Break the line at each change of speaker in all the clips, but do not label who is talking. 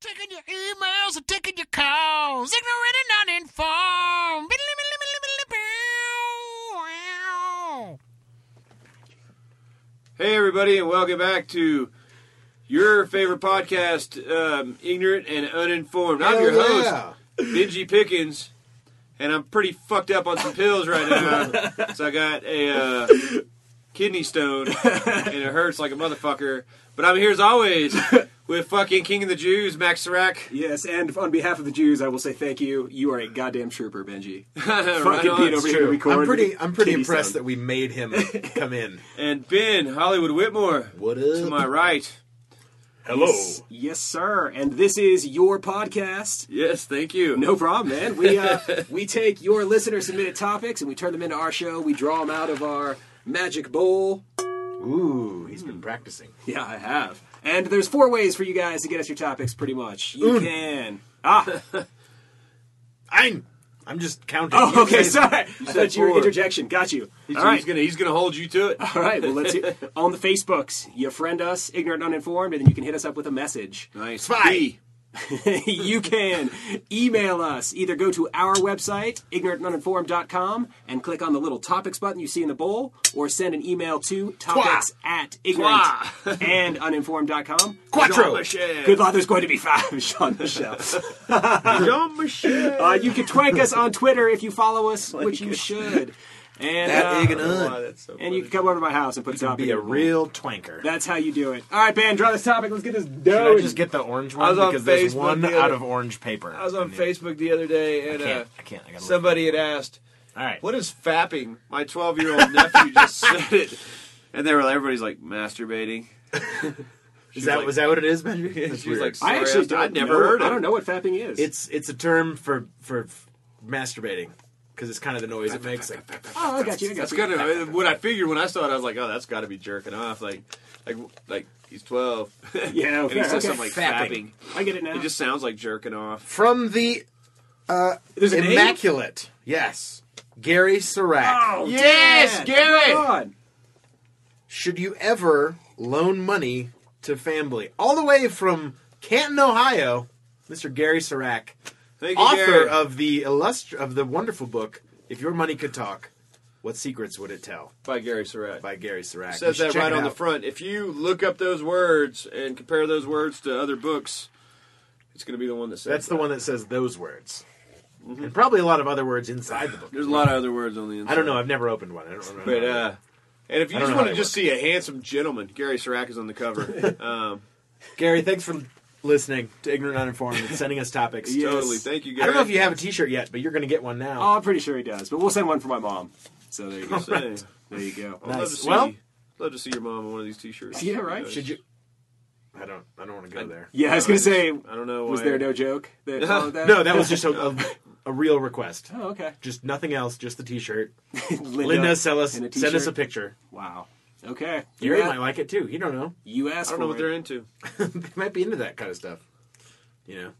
Taking your emails and taking your calls. Ignorant and uninformed.
Hey, everybody, and welcome back to your favorite podcast, um, Ignorant and Uninformed. I'm your
Hell yeah.
host, Benji Pickens, and I'm pretty fucked up on some pills right now. so I got a uh, kidney stone, and it hurts like a motherfucker. But I'm here as always with fucking King of the Jews, Max Serac.
Yes, and on behalf of the Jews, I will say thank you. You are a goddamn trooper, Benji.
right
Fucking
on,
Pete
it's
over here
true.
recording.
I'm pretty. I'm pretty
Kitty
impressed
sound.
that we made him come in.
And Ben Hollywood Whitmore
What
to
is
my right. Oh.
Yes, yes, sir. And this is your podcast.
Yes, thank you.
No problem, man. We uh, we take your listener submitted topics and we turn them into our show. We draw them out of our magic bowl.
Ooh, he's been practicing.
Yeah, I have. And there's four ways for you guys to get us your topics, pretty much.
Mm.
You can. Ah,
I'm. I'm just counting.
oh, okay, sorry. I thought you were
four.
interjection. Got you.
He's,
All right.
he's gonna he's gonna hold you to it.
All right, well, let's hear. on the Facebooks, you friend us, ignorant uninformed, and then you can hit us up with a message.
Nice.
Spy.
B.
you can email us. Either go to our website, ignorantuninformed.com, and click on the little topics button you see in the bowl, or send an email to topics at ignorant and uninformed.com.
Quattro.
Jean-Michel.
Good luck, there's going to be five, Sean Michelle.
Jean-Michel.
Uh, you can twank us on Twitter if you follow us, which you should. And,
Oh That
uh,
ig and un.
and you can come over to my house and put a topic
Be a
in the bowl.
real twanker.
That's how you do it. All right, Ben, draw this topic. Let's get this
Did
dough.
I just get the orange one?
I was on
because there's
Facebook
one
the other-
out of orange paper.
I was on
And it-
Facebook the other day, and
I can't.
uh,
I can't. I gotta look.
somebody had asked,
All right.
"What is fapping?" My twelve-year-old nephew just said it, and they were everybody's like masturbating.
is that?
like-
was that what it is, Benji? That's
She was
weird.
like,
I
Sorry,
actually
I-
don't
I'd never
know-
heard
I
it.
don't know what fapping is.
it's it's a term for for f- masturbating because it's kind of the noise it makes. Like,
oh, I got you. I got
That's
you.
kind of what I figured when I saw it. I was like, "Oh, that's got to be jerking off." Like, like, like he's twelve,
Yeah,
and
okay.
he says
okay.
something like fapping.
Fapping.
I get it now.
It just sounds like jerking off.
from the
There's an
immaculate. Yes, Gary Serac.
Oh,
Yes,
Dad,
Garrett!
Come on.
should you ever loan money to family? All the way from Canton, Ohio, Mr. Gary Serac,
Thank you,
author
Garrett.
of the illustri- of the wonderful book "If Your Money Could Talk, What Secrets Would It Tell?"
by Gary Surratt.
by Gary Serac. You
says
should
that
check
right
it
on the
out.
front. If you look up those words and compare those words to other books, it's going to be the one that says
That's the
that.
one that says those words,
Mm-hmm.
and probably a lot of other words inside the book.
There's a lot of other words on the inside.
I don't know. I've never opened one. I don't remember.
But uh, and if you
I don't
just want
know how
to
they
just see a handsome gentleman, Gary Serac is on the cover. um,
Gary, thanks for listening to Ignorant Uninformed and sending us topics.
Yes.
Totally. Thank you, Gary.
I don't know if you have a T-shirt yet, but you're going to get one
Oh,
now.
I'm pretty sure he does, but we'll send one for my mom. So there you go.
Say,
There you go.
I'd love to
Nice.
see,
Well-
love to see your mom in one of these T-shirts.
Yeah, right.
Should you? I don't. I don't want to go there.
Yeah, I was gonna say,
I don't know.
was
why-
there no joke that followed that?
No, that was just a, a, a real request.
Oh, okay.
Just nothing else. Just the T-shirt.
Linda,
Linda, sell us.
and a
Send us a
t-shirt.
picture.
Wow. Okay.
Gary
you
might
asked,
like it too. You don't know.
you
I
asked
don't know what
for
they're
it.
into.
they might be into that kind of stuff. You know.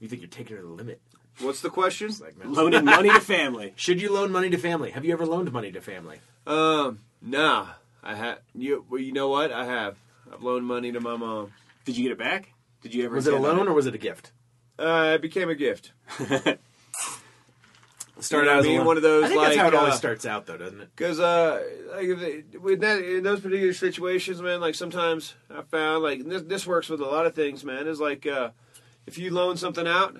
You think you're taking her to the limit?
What's the question?
Like, no.
Loaning money to family.
Should you loan money to family? Have you ever loaned money to family?
Um, nah. I have. You. Well, you know what? I have. I've loaned money to my mom.
Did you get it back? Did you ever?
Was it a
intend on
loan or was it a gift?
Uh, it became a gift. know what
Started out as
I
a
mean?
loan.
One of those,
I think that's
like,
how it always
uh,
starts out, though, doesn't it?
Because uh, like if they- with that in those particular situations, man, like sometimes I found like and this, this works with a lot of things, man. Is like uh, if you loan something out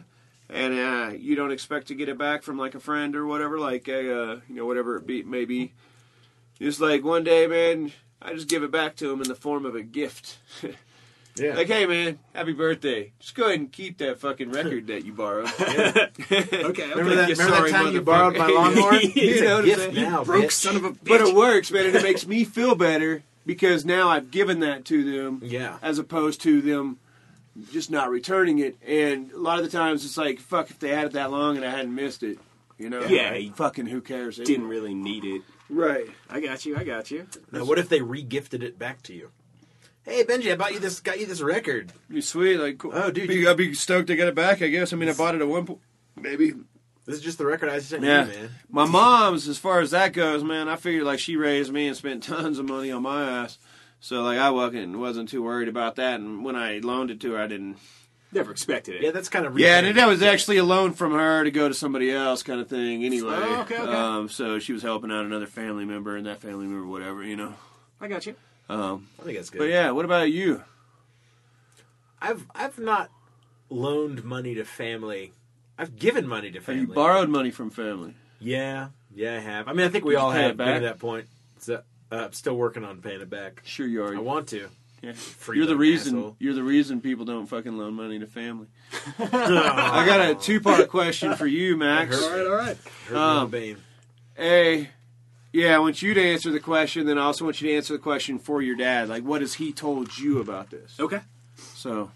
and uh, you don't expect to get it back from like a friend or whatever, like uh, you know whatever it be maybe, just like one day, man, I just give it back to him in the form of a gift.
Yeah.
like, hey, man, happy birthday! Just go ahead and keep that fucking record that you borrowed.
it? Okay.
Remember
okay.
that,
you
remember that
sorry
time you
motherfucker.
borrowed my lawnmower?
You
Here's a
know what I'm
gift
saying?
now,
Broke
bitch.
son of a bitch.
But it works, man, and it makes me feel better because now I've given that to them.
Yeah.
As opposed to them just not returning it. And a lot of the times it's like, fuck, if they had it that long and I hadn't missed it, you know?
Yeah.
Like, fucking who cares? anyway.
Didn't really need it.
Right.
I got you. I got you.
Now, what if they re-gifted it back to you? Hey, Benji, I bought you this, got you this record.
You're sweet. Like, cool.
Oh, dude,
Be-
you-
I'd be stoked I got it back, I guess. I mean, I bought it at one point. Maybe.
This is just the record I sent
Yeah.
you, man.
My mom's, as far as that goes, man, I figured like she raised me and spent tons of money on my ass. So like I wasn't wasn't too worried about that, and when I loaned it to her, I didn't
Never expected it.
Yeah, that's kind of
Yeah, and that was actually a loan from her to go to somebody else, kind of thing. Anyway,
Oh, okay, okay.
Um, so she was helping out another family member, and that family member, whatever, you know.
I got you.
Um,
I think that's good.
but yeah, what about you?
I've I've not loaned money to family. I've given money to
Have
family.
you borrowed money from family?
Yeah, yeah, I have. I mean, I think we all
you pay
have
it
been to
back?
that point. So, uh, I'm still working on paying it back.
Sure, you are.
I want to.
Yeah.
Free
You're the
loan,
reason.
asshole.
You're the reason people don't fucking loan money to family. I got a two-part question for you, Max.
That hurt.
all right.
Hurt
Um,
little Bane.
A, yeah, I want you to answer the question. Then I also want you to answer the question for your dad. Like, what has he told you about this?
Okay.
So,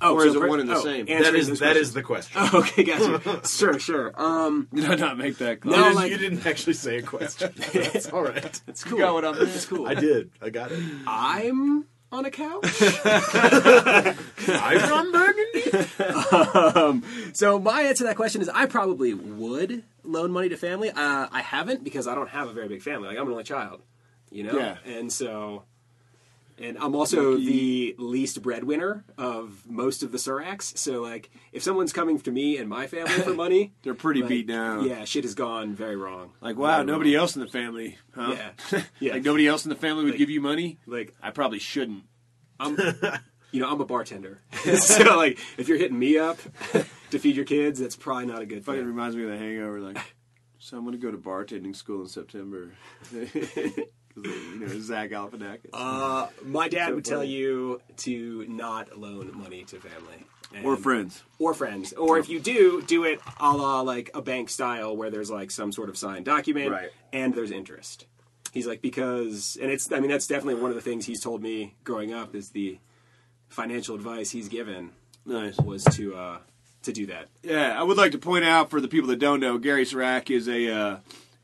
Oh,
Or is it one and the same?
That is that is the question.
Okay, got you. sure, sure. Um,
did I not make that clear?
No,
You didn't-
like-
you didn't actually say a question. That's all right.
it's
You
cool.
got what I'm-
It's cool.
I did. I got it.
I'm on a couch.
I'm from Burgundy.
So my answer to that question is I probably would loan money to family. Uh, I haven't because I don't have a very big family. Like I'm an only child, you know.
Yeah.
And so, and I'm also the least breadwinner of most of the Suracs. So like, if someone's coming to me and my family for money,
They're pretty
like,
beat down.
Yeah, shit has gone very wrong.
Like, wow,
Very
nobody
wrong.
else in the family, huh?
Yeah. Yeah.
like, nobody else in the family would give you money?
Like
I probably shouldn't.
I'm, you know, I'm a bartender. so like, if you're hitting me up to feed your kids, that's probably not a good
Fucking
thing.
reminds me of the hangover. Like, so I'm going to go to bartending school in September. 'Cause, you know, Zach Galifianakis.
Uh, my dad would tell
funny.
you to not loan money to family And-
or friends.
or friends, or if you do, do it a la like a bank style where there's like some sort of signed document
Right.
and there's interest. He's like because, and it's I mean that's definitely one of the things he's told me growing up is the financial advice he's given
Nice.
was to uh, to do that.
Yeah, I would like to point out for the people that don't know, Gary Sirac is a uh,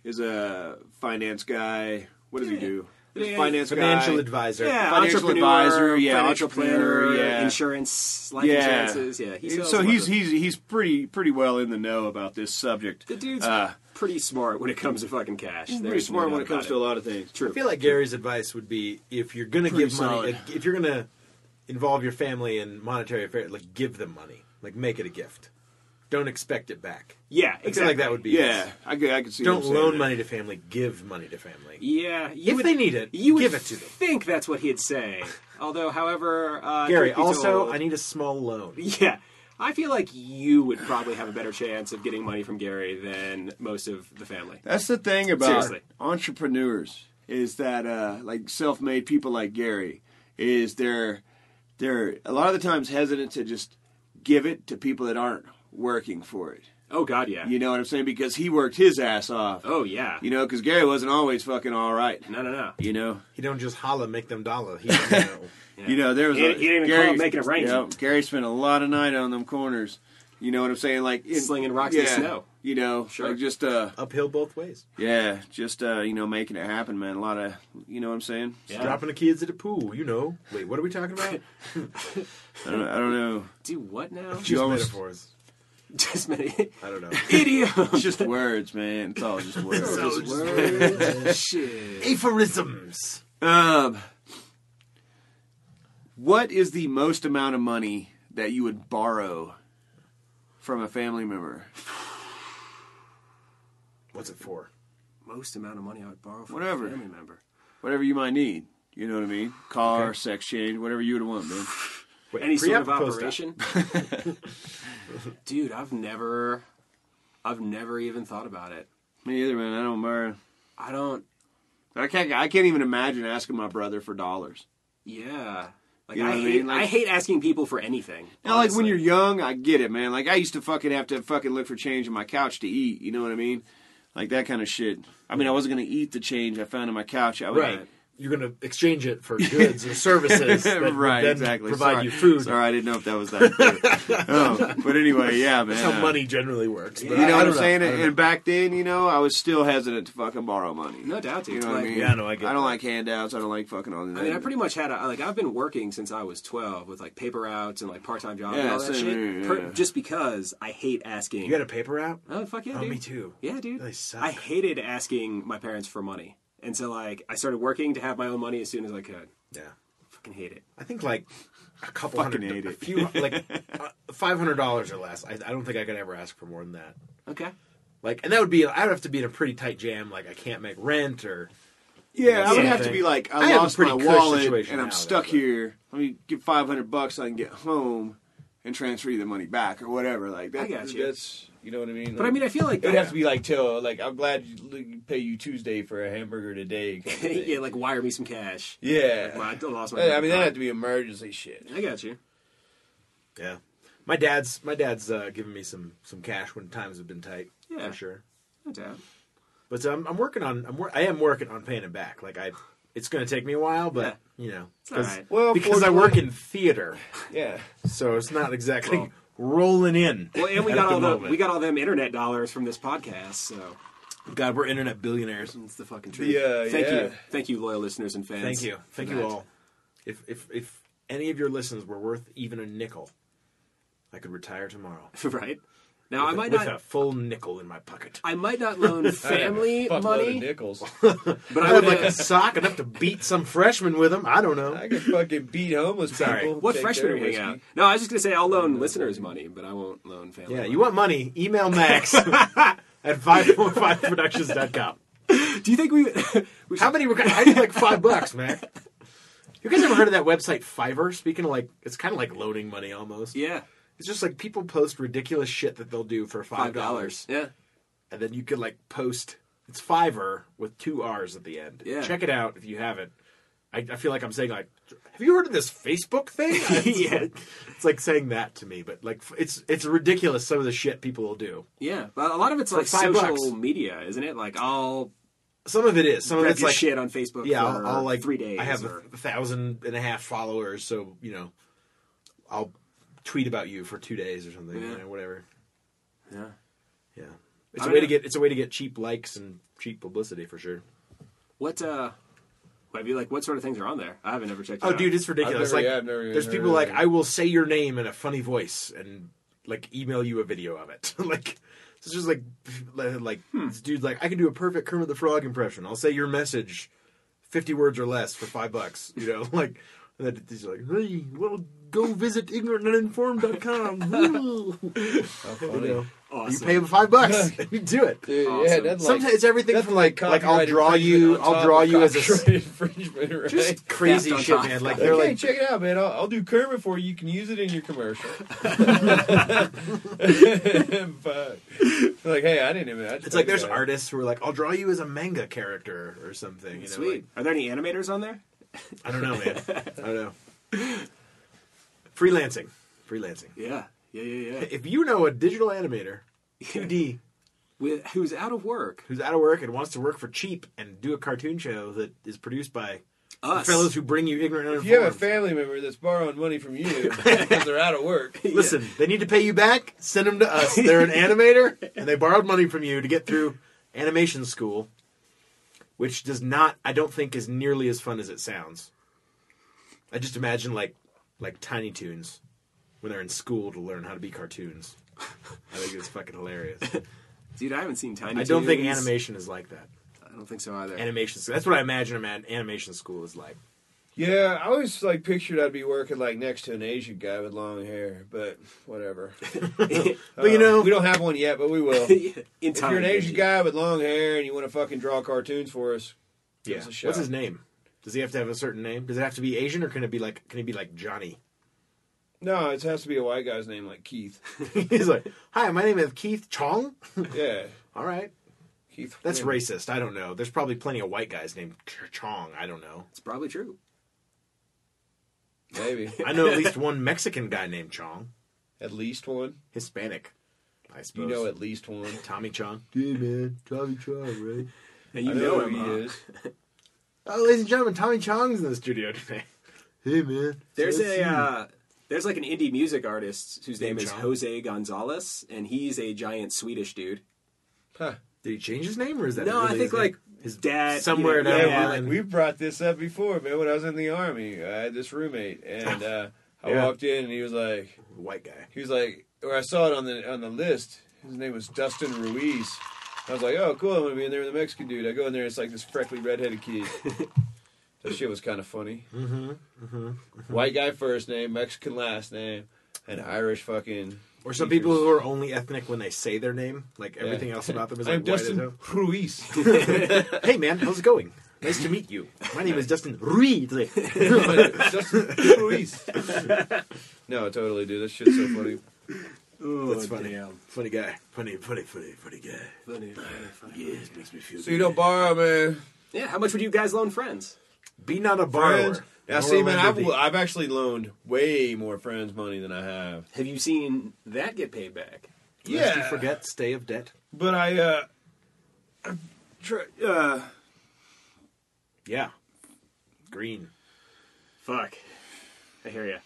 is a finance guy. What does he do? He's a
Yeah,
finance
Financial
guy.
advisor.
Yeah,
Financial
entrepreneur,
advisor, yeah,
financial
entrepreneur,
planner,
yeah.
insurance, life
Yeah.
insurances, yeah.
And
sells
so
a lot
he's
of-
he's he's pretty pretty well in the know about this subject.
the dude's
uh,
pretty smart when it comes to fucking cash.
he's pretty smart when it comes to a lot of things.
True.
I feel like Gary's advice would be if you're gonna
Pretty
give money,
solid.
like, if you're gonna involve your family in monetary affairs, like give them money, like make it a gift. Don't expect it back. I
yeah, exactly.
feel like that would be
Yeah, I could, I could see.
Don't
him saying
loan
that.
money to family. Give money to family.
Yeah, you
If
would,
they need it,
you would
give it to them.
Think that's what he'd say. Although, however, uh,
Gary,
truth be
also,
told-
I need a small loan.
yeah, I feel like you would probably have a better chance of getting money from Gary than most of the family.
That's the thing about
Seriously.
entrepreneurs is that uh, like self-made people like Gary is they're they're a lot of the times hesitant to just give it to people that aren't working for it.
Oh God, yeah.
You know what I'm saying? Because he worked his ass off.
oh yeah.
You know, because Gary wasn't always fucking all right.
no, no, no.
You know,
He don't just holla, make them dollar. He don't know.
you know there was
He-
a-
he didn't even
Gary
call it making it rain.
You know, Gary spent a lot of night on them corners. You know what I'm saying? Like in,
Slinging rocks in the snow.
You know,
Sure.
like just uh,
Uphill both ways.
yeah, just uh, you know, making it happen, man. A lot of, you know what I'm saying?
Yeah.
Dropping the kids at the pool. You know. Wait, what are we talking about?
I don't, I don't know.
Do what now?
Just
almost-
metaphors.
Just many
I don't know.
idioms.
It's just words, man. It's all just words.
So-
Words. Shit.
Aphorisms.
um, what is the most amount of money that you would borrow from a family member?
What's it for?
Most amount of money I would borrow from
Whatever.
a family member.
Whatever you might need. You know what I mean? Car,
Okay.
sex change, whatever you would want, man.
Wait,
any sort
pre-op
of
or post-op?
operation. Dude, I've never, I've never even thought about it.
Me either, man. I don't borrow.
I don't.
I can't. I can't even imagine asking my brother for dollars.
Yeah, like
You know
I,
what I
hate,
mean? Like-
I hate asking people for anything.
Now, like when
honestly.
you're young, I get it, man. Like I used to fucking have to fucking look for change on my couch to eat. You know what I mean? Like that kind of shit. I mean, I wasn't gonna eat the change I found on my couch. I would
Right. You're going to exchange it for goods or services that would
right,
then
exactly.
provide
Sorry.
you food.
Sorry, I didn't know if that was that. clear. um, but anyway, yeah, man. uh,
That's how money generally works.
You know what I'm saying? And back then, you know, I was still hesitant to fucking borrow money.
no doubt, dude.
You know
like,
what I mean?
Yeah, no, I get
I don't
that.
like handouts. I don't like fucking all that.
I mean, I pretty much had a like I've been working since I was twelve with like paper routes and like part time jobs and
Yeah,
all that
same
shit.
here,
per-
yeah.
just because I hate asking.
you got a paper route?
oh fuck yeah,
Oh,
dude.
me too.
Yeah, dude.
They suck.
I hated asking my parents for money, and so like I started working to have my own money as soon as I could.
Yeah.
fucking hate it.
I think like a couple
Fucking
hundred,
hate
a
it.
few, like uh, five hundred dollars or less. I, I don't think I could ever ask for more than that.
Okay.
Like, and that would be I would have to be in a pretty tight jam. Like, I can't make rent or
Yeah, I would
Same
have to
thing.
be like,
I
I,
have a
lost
pretty
my
cush
wallet
situation
and I'm
now,
stuck
though, but-
here. Let me get five hundred bucks so I can get home and transfer you the money back or whatever. Like that,
I got you.
that's you know what I mean.
But I mean, I feel like
it would have to be like till like I'm glad you you pay you Tuesday for a hamburger today. kind of thing.
yeah, like wire me some cash.
yeah.
Well, I lost my.
I I mean that had to be emergency shit.
I got you.
yeah. My dad's my dad's uh, giving me some some cash when times have been tight
Yeah.
for sure.
No doubt.
But um, I'm working on I'm wor- I am working on paying it back. Like I, it's going to take me a while, but you know,
all
'cause-
right.
Well,
because I work in theater,
Yeah,
so it's not exactly rolling in.
Well, and we
at
got all the
moment.
we got all them internet dollars from this podcast, so
God, we're internet billionaires.
it's the fucking truth.
The, uh,
Thank
yeah.
you, thank you, loyal listeners and fans.
Thank you,
for
thank you
that.
all. If if if any of your listens were worth even a nickel, I could retire tomorrow.
right now, I
With a-
might
with
not.
a full nickel in my pocket.
I might not loan family
Fuckload of
money,
nickels.
but
I
I
would
would
like a sock enough to beat some freshman with them. I don't know.
I could fucking beat homeless
Sorry.
people.
What
take
freshman
their
are we hanging
whiskey.
out? No, I was just gonna say I'll loan listeners money, but I won't loan family.
Yeah,
money.
you want money? Email Max at 545productions.com.
Do you think we? we should,
How many were? I need like five bucks, man. You guys ever heard of that website Fiverr? Speaking of like, it's kind of like loaning money almost.
yeah,
It's just like people post ridiculous shit that they'll do for five
five
dollars,
dollars. Yeah,
and then you could like post. It's Fiverr with two R's at the end.
Yeah.
Check it out if you haven't. I, I feel like I'm saying like, have you heard of this Facebook thing? It's
Yeah.
like- it's like saying that to me, but like it's it's ridiculous some of the shit people will do.
yeah. But a lot of it's like
five
social
bucks.
media, isn't it? Like I'll
Some of it is. Some of
grab
it's
your
like
shit on Facebook.
yeah,
for
I'll, I'll like
three days.
I have
or,
a thousand and a half followers, so you know, I'll tweet about you for two days or something,
Yeah.
you know, whatever.
yeah.
Yeah, it's
I
a way
know.
to get it's a way to get cheap likes and cheap publicity for sure.
What uh, what have you like? What sort of things are on there? I haven't ever checked.
Oh,
it out.
dude, it's
I've
ridiculous.
never-
like,
yeah, I've never even
there's
heard
people
of
like,
it.
I will say your name in a funny voice and like email you a video of it. like, it's just like, like
Hmm.
this dude's like, I can do a perfect Kermit the Frog impression. I'll say your message, fifty words or less for five bucks. You know, like, and then he's like, hey, well, go visit ignorantuninformed.com. Woo." you know, you
Awesome.
pay him five bucks and you do it.
Dude,
Awesome.
yeah, nothing
Sometimes
like,
it's everything
nothing
from like, like I'll
copyright
draw you,
infringement on
I'll
top
draw
of
you as a
copyright infringement, right?
just crazy
on
shit,
top.
man. Like
Okay,
they're like
check it out, man. I'll, I'll do Kermit for you. You can use it in your commercial. but like, hey, I didn't even. I just
It's like there's
got it.
artists who are like, I'll draw you as a manga character or something. You know,
Sweet. Are there any animators on there?
like- I don't know, man. I don't know. Freelancing, freelancing.
Yeah, yeah, yeah, yeah.
If you know a digital animator, 2D,
With, who's out of work?
who's out of work and wants to work for cheap and do a cartoon show that is produced by
Us.
the fellows who bring you ignorant
If you have a
Uninformed,
family member that's borrowing money from you because they're out of work,
Listen, they need to pay you back. Send them to us. They're an animator, and they borrowed money from you to get through animation school, which does not, I don't think, is nearly as fun as it sounds. I just imagine like, like Tiny Toons when they're in school to learn how to be cartoons. I think it's fucking hilarious.
dude. I haven't seen Tiny.
I don't think
Toons.
animation is like that.
I don't think so either.
Animation, that's what I imagine a man- animation school is like.
yeah, I always like pictured I'd be working like next to an Asian guy with long hair, but whatever.
But you
Uh,
know,
we don't have one yet, but we will. if
In time,
you're an Asian guy with long hair and you want to fucking draw cartoons for us, give
yeah.
us a shot.
what's his name? Does he have to have a certain name? Does it have to be Asian, or can it be like, can it be like Johnny?
No, it has to be a white guy's name, like Keith.
He's like, "Hi, my name is Keith Chong."
Yeah,
All right,
Keith.
that's
Wayne.
racist. I don't know. There's probably plenty of white guys named Ch- Chong. I don't know.
It's probably true.
Maybe
I know at least one Mexican guy named Chong.
at least one.
Hispanic, I
You
suppose.
know at least one.
Tommy Chong. Hey man, Tommy Chong, right?
And you
I
know,
know
him.
who
huh?
he is.
Oh, ladies and gentlemen, Tommy Chong's in the studio today. Hey man,
There's a uh, there's like an indie music artist whose name
Name
is
John?
Jose Gonzalez, and he's a giant Swedish dude.
Huh.
Did he change his name, or is that
No,
really
I
his
think
name?
like his dad
somewhere
you know,
down
Yeah,
the
we,
line.
we brought this up before, man. When I was in the army, I had this roommate, and uh, I
Yeah.
walked in, and he was like,
white guy.
he was like, or I saw it on the on the list. His name was Dustin Ruiz. I was like, oh, cool. I'm gonna be in there with a Mexican dude. I go in there, it's like this freckly redheaded kid. That shit was kind of funny. Mm-hmm,
mm-hmm.
White guy first name, Mexican last name, and Irish fucking.
Or some
features.
people who are only ethnic when they say their name, like everything else about them is like
I'm
white as
Dustin
hell.
Ruiz.
Hey man, how's it going? Nice to meet you. My name is Dustin Ruiz.
Dustin Ruiz. no, totally, dude. That shit's so funny.
That's funny. Funny guy. Funny, funny, funny, funny guy.
Funny, funny, funny.
Yeah, it makes me feel.
So you don't borrow, man.
Yeah, how much would you guys loan friends?
be not a borrower.
Friends. Now,
nor
see,
a
man,
lender
I've,
be.
I've actually loaned way more friends money than I have.
Have you seen that get paid back?
Lest you forget stay of debt.
But I, uh, I'm try, uh,
Yeah. Green.
Fuck. I hear ya.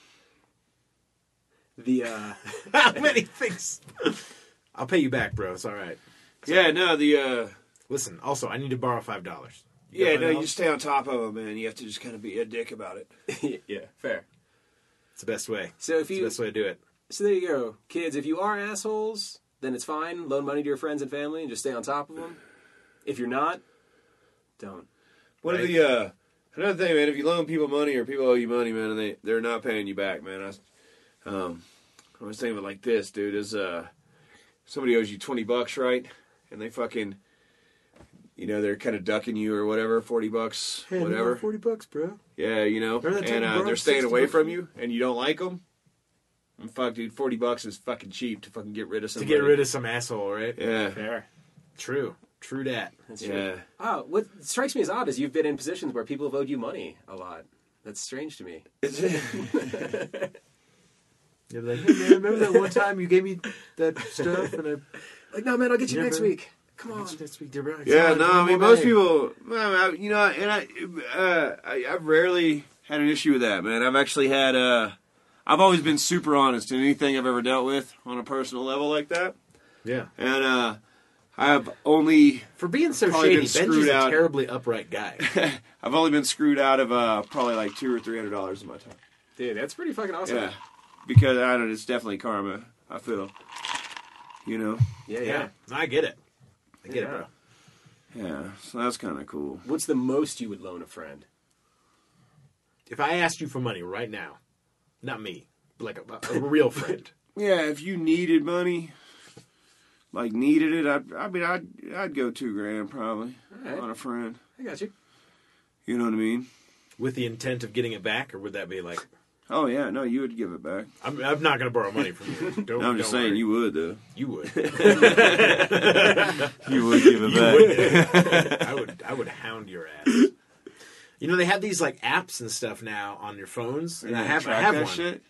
The uh
How many things? I'll pay you back, bro. It's all right.
yeah, no, the, uh,
Listen. Also, I need to borrow five dollars.
yeah, no, you stay on top of them, man. You have to just kind of be a dick about it.
yeah, fair.
It's the best way.
So if
It's the
you
best way to do it.
so there you go, kids. If you are assholes, then it's fine. Loan money to your friends and family and just stay on top of them. If you're not, don't.
What are
Right.
the, uh, another thing, man, if you loan people money or people owe you money, man, and they, they're not paying you back, man, I, was- um, I was thinking of it like this, dude, is, uh, somebody owes you 20 bucks, right? And they fucking, you know, they're kind of ducking you or whatever, 40 bucks, whatever.
Forty bucks, bro.
Yeah, you know,
Remember that time
and
you
uh,
borrowed
they're staying
60
away
bucks?
from you, and you don't like them. And fuck, dude, forty bucks is fucking cheap to fucking get rid of
To
somebody.
get rid of some asshole, right?
Yeah,
Fair.
True. True that.
That's true.
yeah.
Oh, what strikes me as odd is you've been in positions where people have owed you money a lot. That's strange to me.
Yeah, like, hey, man, remember that one time you gave me that stuff and I
Like, no, man, I'll get you
Yeah,
next
bro.
week. Come on.
next week, dear bro.
Yeah, no, I mean most people, well, I- you know, and I, uh, I, I've rarely had an issue with that, man. I've actually had, uh, I've always been super honest in anything I've ever dealt with on a personal level like that,
Yeah,
and uh, I've only,
for being so
Probably
shady,
been
Benji's
screwed
a
out.
terribly upright guy.
I've only been screwed out of uh, probably like two or three hundred dollars of my time.
Dude, that's pretty fucking
uh,
awesome.
Yeah, because I don't. It's definitely karma. I feel, you know.
yeah. yeah.
yeah, I get it. I get it, bro.
Yeah, so that's kind of cool.
What's the most you would loan a friend?
If I asked you for money right now, not me, but like a, a real friend,
Yeah, if you needed money, like needed it, I'd, I mean, I'd I'd go two grand probably
right.
on a friend.
I got you.
You know what I mean?
with the intent of getting it back, or would that be like,
Oh yeah, no, you would give it back.
I'm, I'm not going to borrow money from you. Don't,
No, I'm just
don't
saying
worry.
you would though.
you would.
You would give it back.
I would I would hound your ass. You know they have these like apps and stuff now on your phones, and I have I
Track
have
that
one.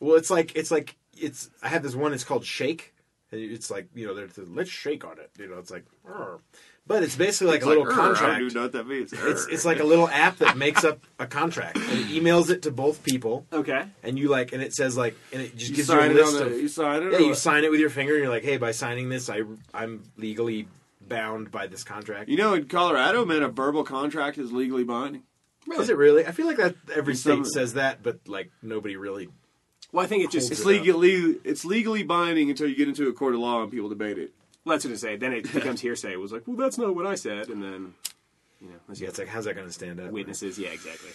Well, it's like it's like it's. I have this one. It's called Shake. And it's like you know, they're, they're, let's shake on it. You know, it's like, "Arr." but it's basically like
It's
a little
like, "Urgh, I
contract.
don't even know what that means.
It's it's like a little app that makes up a contract and it emails it to both people,
Okay.
and you like, and it says like, and it just
you
gives you a
sign it
list
on the,
of
you sign it.
yeah,
or
you
what?
sign it with your finger. and You're like, hey, by signing this, I I'm legally bound by this contract.
You know, in Colorado, man, a verbal contract is legally binding.
Is it really? I feel like that every
In
state
some-
says that, but like nobody really.
Well, I think it just.
It's legally it's legally binding until you get into a court of law and people debate it.
Well, that's what I say. Then it becomes hearsay. It was like, well, that's not what I said. And then, you know, let's
Yeah, it's like how's that going to stand up?
witnesses. Yeah, exactly.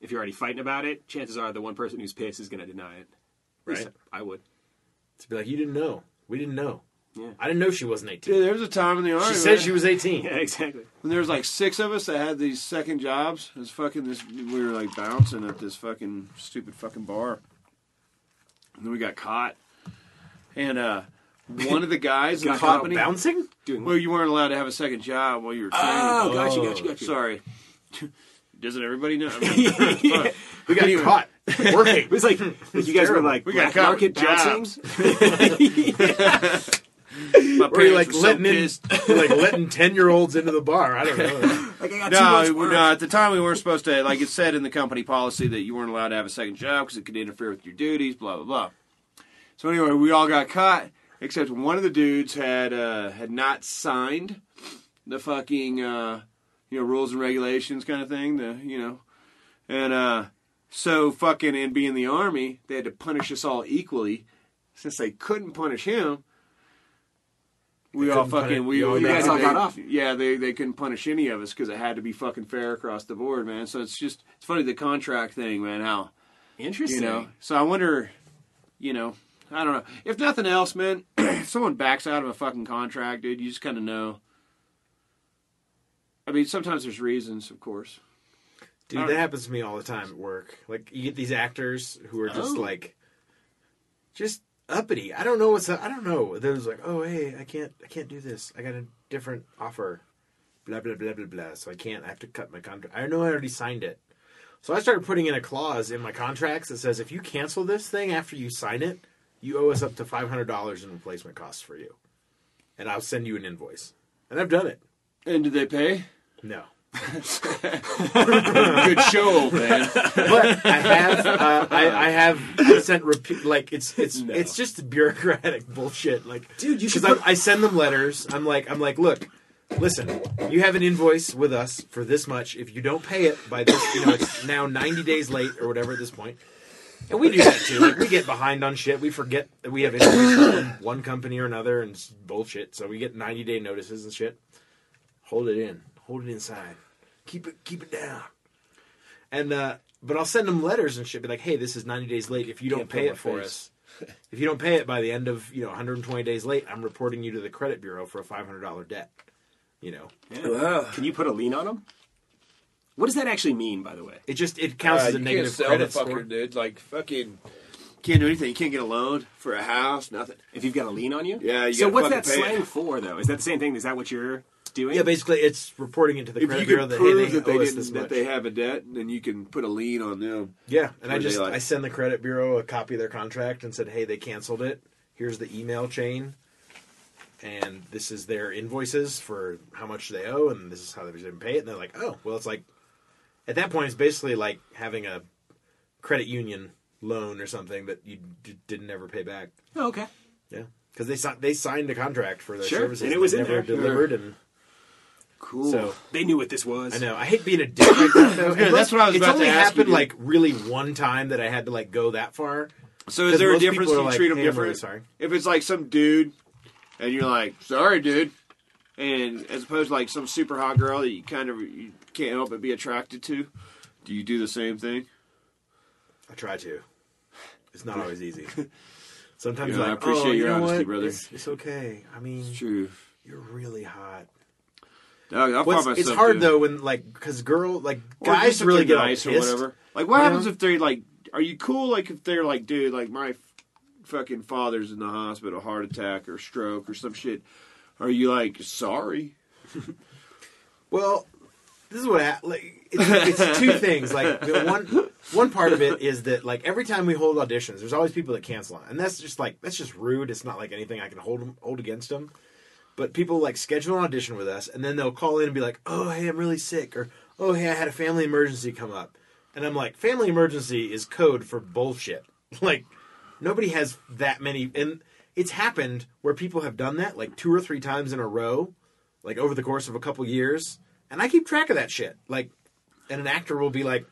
If you're already fighting about it, chances are the one person who's pissed is going to deny it. At least
Right.
I would.
To be like, you didn't know. We didn't know.
Yeah.
I didn't know she wasn't 18.
Dude, there was a time in the army.
She said
man,
she was 18.
Yeah, exactly.
when there was like six of us that had these second jobs. It was fucking this. We were like bouncing at this fucking stupid fucking bar, and then we got caught. And uh one of the guys in the
Got caught
company.
Bouncing?
Doing.
Well, you weren't allowed to have a second job while you were training.
oh, gotcha, gotcha, gotcha.
sorry. Doesn't everybody know? I mean, fuck.
We got caught working.
It was like, like you guys were like
We
black
got
market
caught with
bouncing.
My
Or you're
parents
like
were so
letting in,
pissed.
you're like letting ten year olds into the bar. I don't know.
Like I got too
No,
much
we-
work.
no. At the time, we weren't supposed to. Like it said in the company policy that you weren't allowed to have a second job because it could interfere with your duties. Blah blah blah. So anyway, we all got caught except one of the dudes had uh, had not signed the fucking uh, you know rules and regulations kind of thing. The you know, and uh, so fucking and being the army, they had to punish us all equally. Since they couldn't punish him, We
They
all
couldn't put
fucking
it-
we
you
all
all
they-
guys all
they-
got off.
Yeah, they they couldn't punish any of us because it had to be fucking fair across the board, man. So it's just it's funny the contract thing, man. How
Interesting.
you know? So I wonder, you know, I don't know. If nothing else, man, if someone backs out of a fucking contract, dude, you just kind of know. I mean, sometimes there's reasons, of course.
Dude, that happens to me all the time at work. Like you get these actors who are just
Oh.
like just uppity. I don't know what's I don't know. They're just like, "Oh, hey, I can't I can't do this. I got a different offer." Blah blah blah blah blah. So I can't. I have to cut my contract. I know I already signed it. So I started putting in a clause in my contracts that says if you cancel this thing after you sign it, you owe us up to $500 in replacement costs for you. And I'll send you an invoice. And I've done it.
And did they pay?
No.
Good show, man.
but I have, uh, I, I have sent repeat. Like it's, it's, it's just bureaucratic bullshit. Like,
Dude, you should
'cause I-
put-
I, send them letters. I'm like, I'm like, look, listen, you have an invoice with us for this much. If you don't pay it by this, you know, it's now 90 days late or whatever at this point. And we do that too. Like, we get behind on shit. We forget that we have invoices from one company or another and it's bullshit. So we get 90 day notices and shit. Hold it in. Hold it inside. Keep it, keep it down. And uh, but I'll send them letters and shit. Be like, hey, this is 90 days late. If you don't
Can't
pay
put my
it for
face.
us, if you don't pay it by the end of you know 120 days late, I'm reporting you to the credit bureau for a $500 debt. You know,
Yeah. Can you put a lien on them? What does that actually mean, by the way?
it just it
uh,
counts as a negative credit score.
dude. Like fucking, can't do anything. You can't get a loan for a house. Nothing.
If you've got a lien on you?
Yeah, you
so
gotta
what's
fucking
that
pay it.
slang for, though? Is that the same thing? Is that what you're doing?
Yeah, basically, it's reporting it to the
If
credit
you
bureau
can
that hey,
prove
they,
that
owe
they
us this
didn't, that
much.
they have a debt, then you can put a lien on them.
Yeah, and I
Or
just
they like-
I send the credit bureau a copy of their contract and said, "Hey, they canceled it. Here's the email chain, and this is their invoices for how much they owe, and this is how they didn't pay it." And they're like, "Oh, well, it's like at that point, it's basically like having a credit union loan or something that you d- didn't ever pay back."
Oh, okay.
Yeah, because they si- they signed a contract for their
Sure,
services
and it was
they
in
never
there.
delivered, and
Cool.
So-
they knew what this was.
I know. I hate being a dick like that. Though.
Yeah, that's what I was
It's
about to
only
ask you,
happened
dude.
like really one time that I had to like go that far.
So
Because
is there a
most
difference?
people
Do
are
you
like,
treat them
"Hey, I'm
different?
really sorry."
If it's like some dude, and you're like, "Sorry, dude," and as opposed to like some super hot girl that you kind of you can't help but be attracted to, do you do the same thing?
I try to. It's not always easy. Sometimes
You
you're
know, I
like,
appreciate
oh,
your
you know
honesty,
what?
brother.
It's, it's okay. I mean,
True.
you're really hot.
Dog, I'll
What's-
pop
it's
myself,
hard
dude.
though when like because girl like
Or just
guys
if
really
they're
get
nice or whatever. Like, what
You
happens
know?
if they're like, are you cool? Like, if they're like, dude, like my f- fucking father's in the hospital, heart attack or stroke or some shit. Are you like sorry?
Well, this is what hap like it's, it's two things. Like the one one part of it is that like every time we hold auditions, there's always people that cancel, on, and that's just like that's just rude. It's not like anything I can hold 'em- hold against them. But people like schedule an audition with us, and then they'll call in and be like, "Oh, hey, I'm really sick," or "Oh, hey, I had a family emergency come up," and I'm like, "Family emergency is code for bullshit." Like nobody has that many, and it's happened where people have done that like two or three times in a row like over the course of a couple years, and I keep track of that shit. Like, and an actor will be like,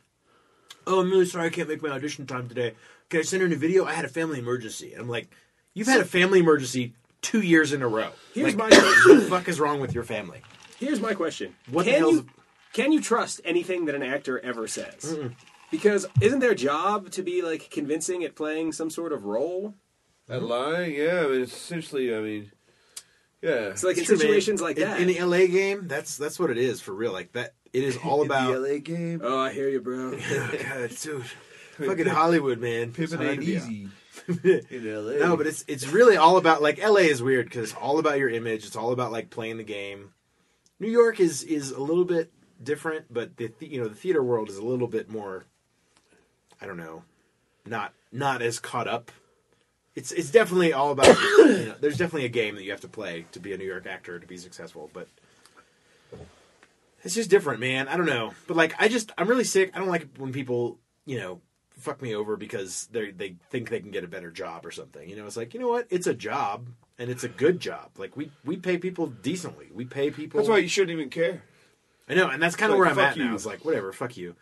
"Oh, I'm really sorry, I can't make my audition time today. Can I send in a video? I had a family emergency." And I'm like, "You've had a family emergency two years in a row.
Here's
like,
my-
what the fuck is wrong with your family?"
Here's my question.
What the
can
hell's-
you can you trust anything that an actor ever says? Because isn't their job to be like convincing at playing some sort of role?
That lying, yeah. I mean, it's essentially, I mean, yeah.
So like in
It's true, man.
situations like
In-
that.
in, the LA game, that's that's what it is for real. Like that, it is all about.
LA game,
oh, I hear you, bro.
Oh, God, dude, fucking Hollywood, man. It's
pimping
hard
ain't
to be out.
easy in LA.
No, but it's it's really all about like LA is weird because it's all about your image. It's all about like playing the game. New York is is a little bit different, but the, the you know the theater world is a little bit more. I don't know, not not as caught up. It's it's definitely all about. you know, there's definitely a game that you have to play to be a New York actor to be successful, but. It's just different, man. I don't know, but like, I just I'm really sick. I don't like when people, you know, fuck me over because they they think they can get a better job or something. You know, it's like you know what? It's a job and it's a good job. Like we we pay people decently. We pay people.
that's why you shouldn't even care.
I know, and that's kind of
Like,
where I'm
fuck
at
you.
now. It's like whatever, fuck you.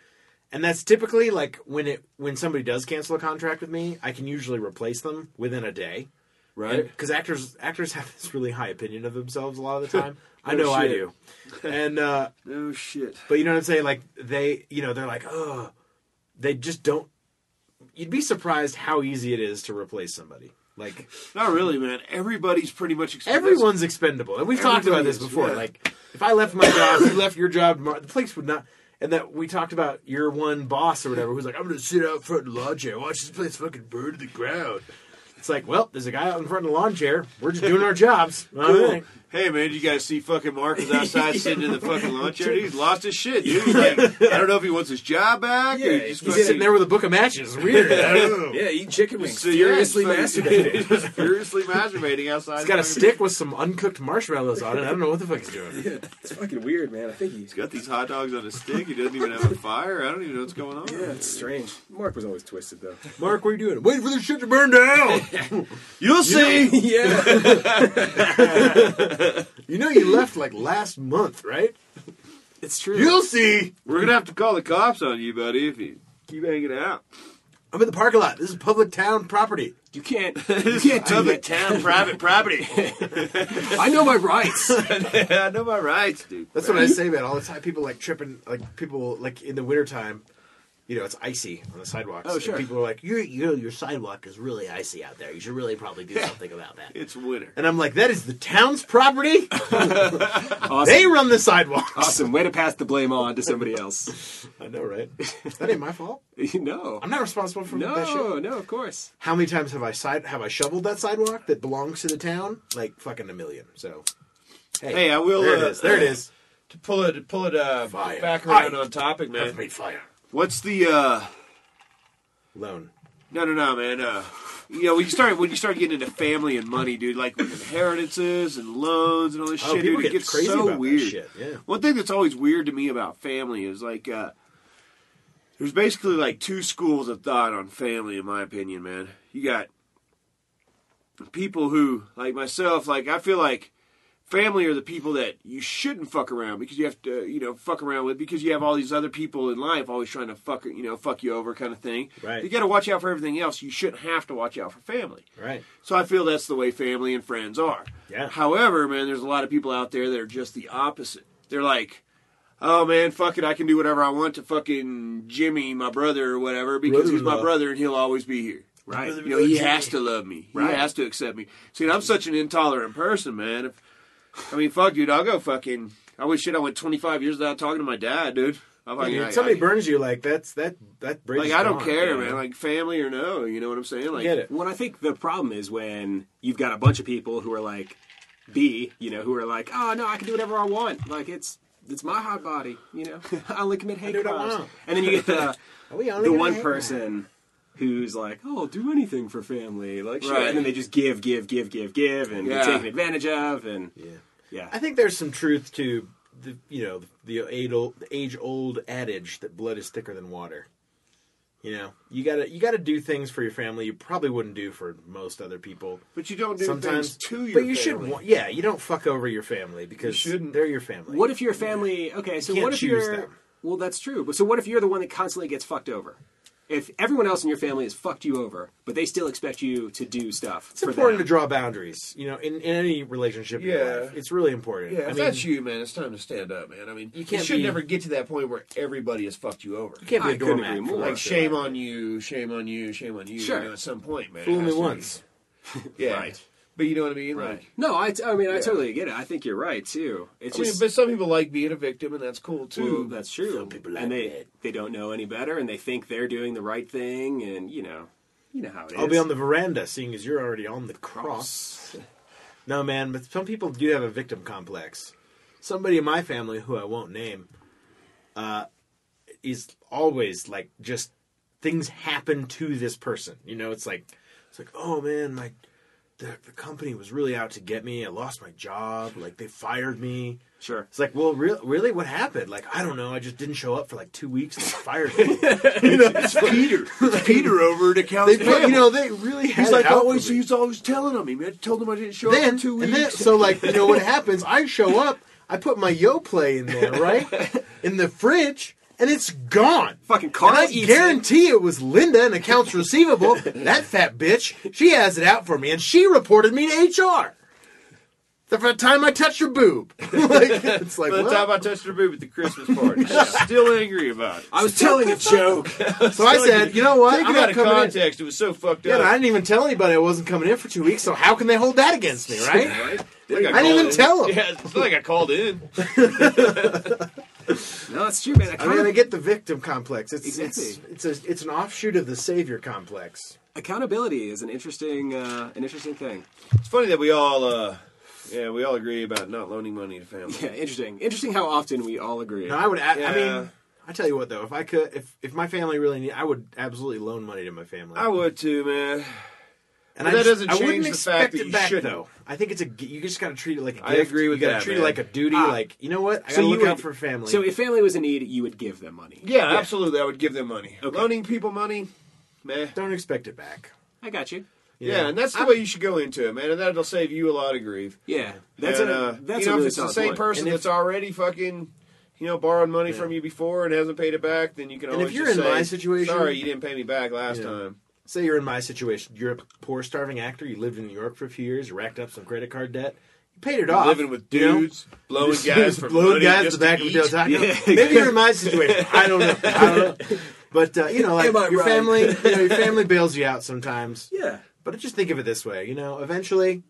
And that's typically like when it when somebody does cancel a contract with me, I can usually replace them within a day.
Right.
because actors actors have this really high opinion of themselves a lot of the time. I know I
Oh, shit.
do, and uh,
No shit.
but you know what I'm saying? Like they, you know, they're like, oh, they just don't. You'd be surprised how easy it is to replace somebody. Like
Not really, man. Everybody's pretty much expensive.
everyone's expendable, and we've talked
Everybody
about this
is,
before.
yeah.
Like if I left my job, if you left your job, tomorrow, the place would not. And that we talked about your one boss or whatever who's like, I'm gonna sit out front in the lawn chair, watch this place fucking burn to the ground. It's like, well, there's a guy out in front of the lawn chair. We're just doing our jobs. All
Cool.
right.
Hey man, you guys see fucking Mark is outside sitting in the fucking lawn chair. He's lost his shit, dude. He's like, I don't know if he wants his job back.
Yeah,
or he just
He's
fucking-
sitting there with a book of matches. Weird. I don't know.
Yeah, eating chicken wings.
So, yeah,
Furiously
he's fucking-
masturbating.
he's furiously masturbating outside.
It's got a
fucking-
stick with some uncooked marshmallows on it. I don't know what the fuck he's doing.
It's fucking weird, man. I think he's.
He's got these hot dogs on a stick. He doesn't even have a fire. I don't even know what's going on.
Yeah, it's strange. Mark was always twisted, though.
Mark, what are you doing? Wait for the shit to burn down.
You'll see.
yeah.
you know you left like last month, right?
It's true.
You'll see.
We're gonna have to call the cops on you, buddy, if you keep hanging out.
I'm in the parking lot. This is public town property.
You can't. You can't do
Public
that.
town, private property.
I know my rights.
I know my rights, dude.
That's what I say about all the time. People like tripping, like people like in the wintertime. You know, it's icy on the sidewalks.
Oh,
and
sure.
people are like, your you know, your sidewalk is really icy out there. You should really probably do something about that.
It's winter.
And I'm like, that is the town's property.
Awesome.
They run the sidewalks.
Awesome. Way to pass the blame on to somebody else.
I know, right? That ain't my fault.
no.
I'm not responsible for that shit.
Oh, No, no, of course.
how many times have I side have I shoveled that sidewalk that belongs to the town? Like fucking a million. So
Hey, I will,
There it
uh,
is. There it is.
To pull it, pull it uh,
Fire.
back around
Fire.
on topic,
uh,
man.
made fire.
What's the? uh
Loan.
No, no, no, man. Uh, you know, when you start when you start getting into family and money, dude, like with inheritances and loans and all this
Oh,
shit,
people
dude,
get
it gets
crazy
so
about that
weird.
shit, yeah.
One thing that's always weird to me about family is like uh, there's basically like two schools of thought on family, in my opinion, man. You got people who, like myself, like I feel like family are the people that you shouldn't fuck around because you have to, you know, fuck around with because you have all these other people in life always trying to fuck, you know, fuck you over kind of thing.
Right.
You got to watch out for everything else. You shouldn't have to watch out for family.
Right.
So I feel that's the way family and friends are.
Yeah.
However, man, there's a lot of people out there that are just the opposite. They're like, oh man, fuck it, I can do whatever I want to fucking Jimmy, my brother or whatever, because he's my
Brother-in-law.
brother and he'll always be here.
Right.
You know, he has to love me.
Right.
He has to accept me. See, and I'm such an intolerant person, man. If, I mean, fuck, dude, I'll go fucking. I wish shit I went 25 years without talking to my dad, dude. I'm like,
Dude,
I-
somebody
I-
burns you like that's that that bridge.
like,
is
I don't
gone,
care,
you know?
man. Like family or no, you know what I'm saying? Like,
get it.
Well, I think the problem is when you've got a bunch of people who are like B, you know, who are like, oh no, I can do whatever I want. Like it's it's my hot body, you know. I only commit hate
do what I
crimes.
want.
And then you get the
Are we only
the
gonna
one
hang
person who's like, oh, I'll do anything for family, like sure.
Right.
And then they just give, give, give, give, give, and
Yeah.
get taken advantage of, and
out? Yeah.
yeah.
I think there's some truth to the you know the age old, age old adage that blood is thicker than water. You know, you gotta you gotta do things for your family you probably wouldn't do for most other people.
But you don't do
sometimes
things to your.
but you should
family.
want yeah you don't fuck over your family because
You shouldn't.
they're your family
What if your family? Okay, so
You can't
what if
choose
you're?
them.
Well, that's true. But so what if you're the one that constantly gets fucked over? If everyone else in your family has fucked you over, but they still expect you to do stuff
it's
for
important to
them.
draw boundaries you know in, in any relationship in
Yeah.
your life it's really important
Yeah, if
i mean
that's you, man, it's time to stand up, man. I mean, you
can't
should
be-
never get to that point where everybody has fucked you over.
you can't be a
I couldn't
doormat
agree
for
more.
Like
life.
shame on you, shame on you, shame on you.
Sure.
You know, at some point, man. it
fool me
has to be-
once
Yeah.
Right.
But you know what I mean?
Right.
Like,
No, I, I mean I totally get it. I think you're right too. It's
I mean,
just
but some people like being a victim, and that's cool too.
well, that's true.
Some people like
and they
that.
they don't know any better, and they think they're doing the right thing, and you know, you know how it
i'll
is.
be on the veranda seeing as you're already on the cross no man but some people do have a victim complex somebody in my family who i won't name uh is always like just things happen to this person you know it's like it's like oh man my the, the company was really out to get me. I lost my job. Like they fired me.
Sure.
It's like, well, re- really, what happened? Like I don't know. I just didn't show up for like two weeks. And they fired me. you know, it's Peter.
Peter over to
They,
accounts
you know, they really had
he's like
it out for
always.
me.
He's always telling on me, man. I told him I didn't show up
Then,
in two
and
weeks.
then, so like you know what happens? I show up. I put my yo play in there, right, in the fridge. and it's gone.
Fucking Carl
And I
eats
guarantee it was Linda and accounts receivable. that fat bitch. She has it out for me, and she reported me to HR. The first time I touched her boob, like it's like
By the
what?
time I touched her boob at the Christmas party, she's still angry about it.
I was telling a joke.
So I said, you know what?
Take
I'm
it out
not
of
coming in.
context. It was so fucked
Yeah,
up.
and I didn't even tell anybody I wasn't coming in for two weeks. So how can they hold that against me, right?
Right?
I didn't even tell him.
Yeah, it's not like I called in.
No, that's true, man. I
I
kind
mean,
of
I get the victim complex. It's
Exactly.
it's it's, a, it's an offshoot of the savior complex.
accountability is an interesting uh, an interesting thing.
It's funny that we all, uh, yeah, we all agree about not loaning money to family.
Yeah, interesting. Interesting how often we all agree.
No, I would. a I I
Yeah.
mean, I tell you what though, if I could, if if my family really need, I would absolutely loan money to my family.
I would too, man. but
and I
that
just-
doesn't
I wouldn't
change the fact
expect
that
it
you
back,
shouldn't.
Though I think it's a. g- You just got to treat it like. a
I
gift.
agree with
you gotta
that,
Treat
man.
it like a duty.
Ah.
like you know what? I gotta
So you
look
would-
out for family.
So if family was in need, you would give them money.
Yeah, absolutely. I would give them money. Loaning people money, meh.
don't expect it back.
I got you.
you
Yeah,
know?
and that's the way you should go into it, man. And that'll save you a lot of grief.
Yeah, that's
and,
a
uh,
that's
you know,
a
if
really
it's the
solid
same
point.
person
And if-
that's already fucking, you know, borrowed money from you before and hasn't paid it back, then you can
And if
always
you're
just
in
say,
my situation-
sorry, you didn't pay me back last
Yeah.
time.
say you're in my situation. You're a poor, starving actor. You lived in New York for a few years. You racked up some credit card debt. You paid it off.
Living with
you know?
dudes, blowing guys for
blowing
money
guys
just
the back
to
of
eat.
the taco.
Yeah.
Maybe you're in my situation. I don't know. I don't know. But uh, you know, like
Am I
your
right?
family, you know, your family bails you out sometimes.
Yeah.
But just think of it this way, you know, eventually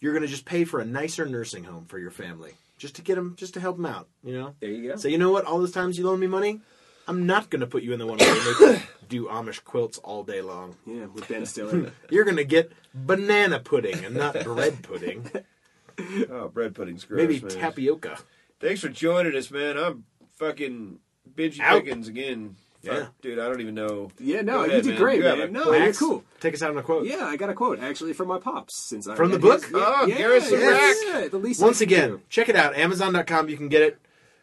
you're going to just pay for a nicer nursing home for your family, just to get them, just to help them out. You know.
There you go.
So you know what? All those times you loan me money, I'm not going to put you in the one where they make you do Amish quilts all day long.
yeah, with Ben Stiller.
You're going to get banana pudding and not bread pudding.
Oh, bread pudding's gross.
Maybe
man.
tapioca.
Thanks for joining us, man. I'm fucking Benji
Out.
Pickens again. Fuck,
Yeah.
dude, I don't even know.
yeah, no,
Go
you
ahead,
did
man.
great,
You have a
man. No,
Max,
Oh, you're cool.
Take us out on a quote.
Yeah, I got a quote actually from my pops since I
From
read
the book?
his-
Oh,
yeah,
Garrison
yeah,
Rack.
yeah, the least I
Once
can
again,
do.
check it out. Amazon.com. You can get it.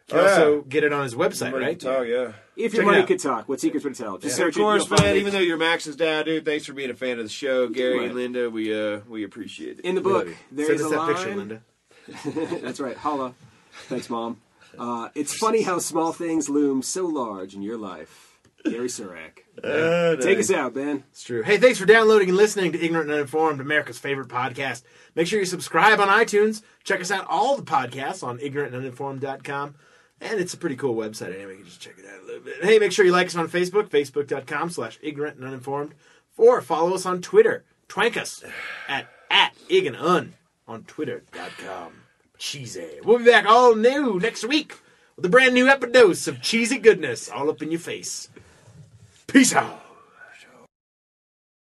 You can
Oh, Yeah.
also get it on his website,
Money
right?
to talk, yeah.
if
check
your
it
money
out.
could talk, what secrets would it tell? Just
So
search
of course,
it, you'll find
man.
it.
Even though you're Max's dad, dude, thanks for being a fan of the show, Gary and
Right.
Linda. We uh, we appreciate it.
in the
We love
book
you.
there
Send
is
us
a
that
line.
picture, Linda.
That's right. Holla. Thanks, Mom. Uh, it's funny how small things loom so large in your life. Gary Surak.
Uh,
Take
nice.
us out, man.
It's true. Hey, thanks for downloading and listening to Ignorant and Uninformed, America's favorite podcast. Make sure you subscribe on iTunes. Check us out all the podcasts on ignorantanduninformed.com. And it's a pretty cool website anyway. You can just check it out a little bit. Hey, make sure you like us on Facebook, facebook.com slash ignorant and uninformed, or follow us on Twitter. Twank us at, at ig and un on twitter.com. Cheesy. We'll be back all new next week with a brand new epidose of cheesy goodness all up in your face. Peace out.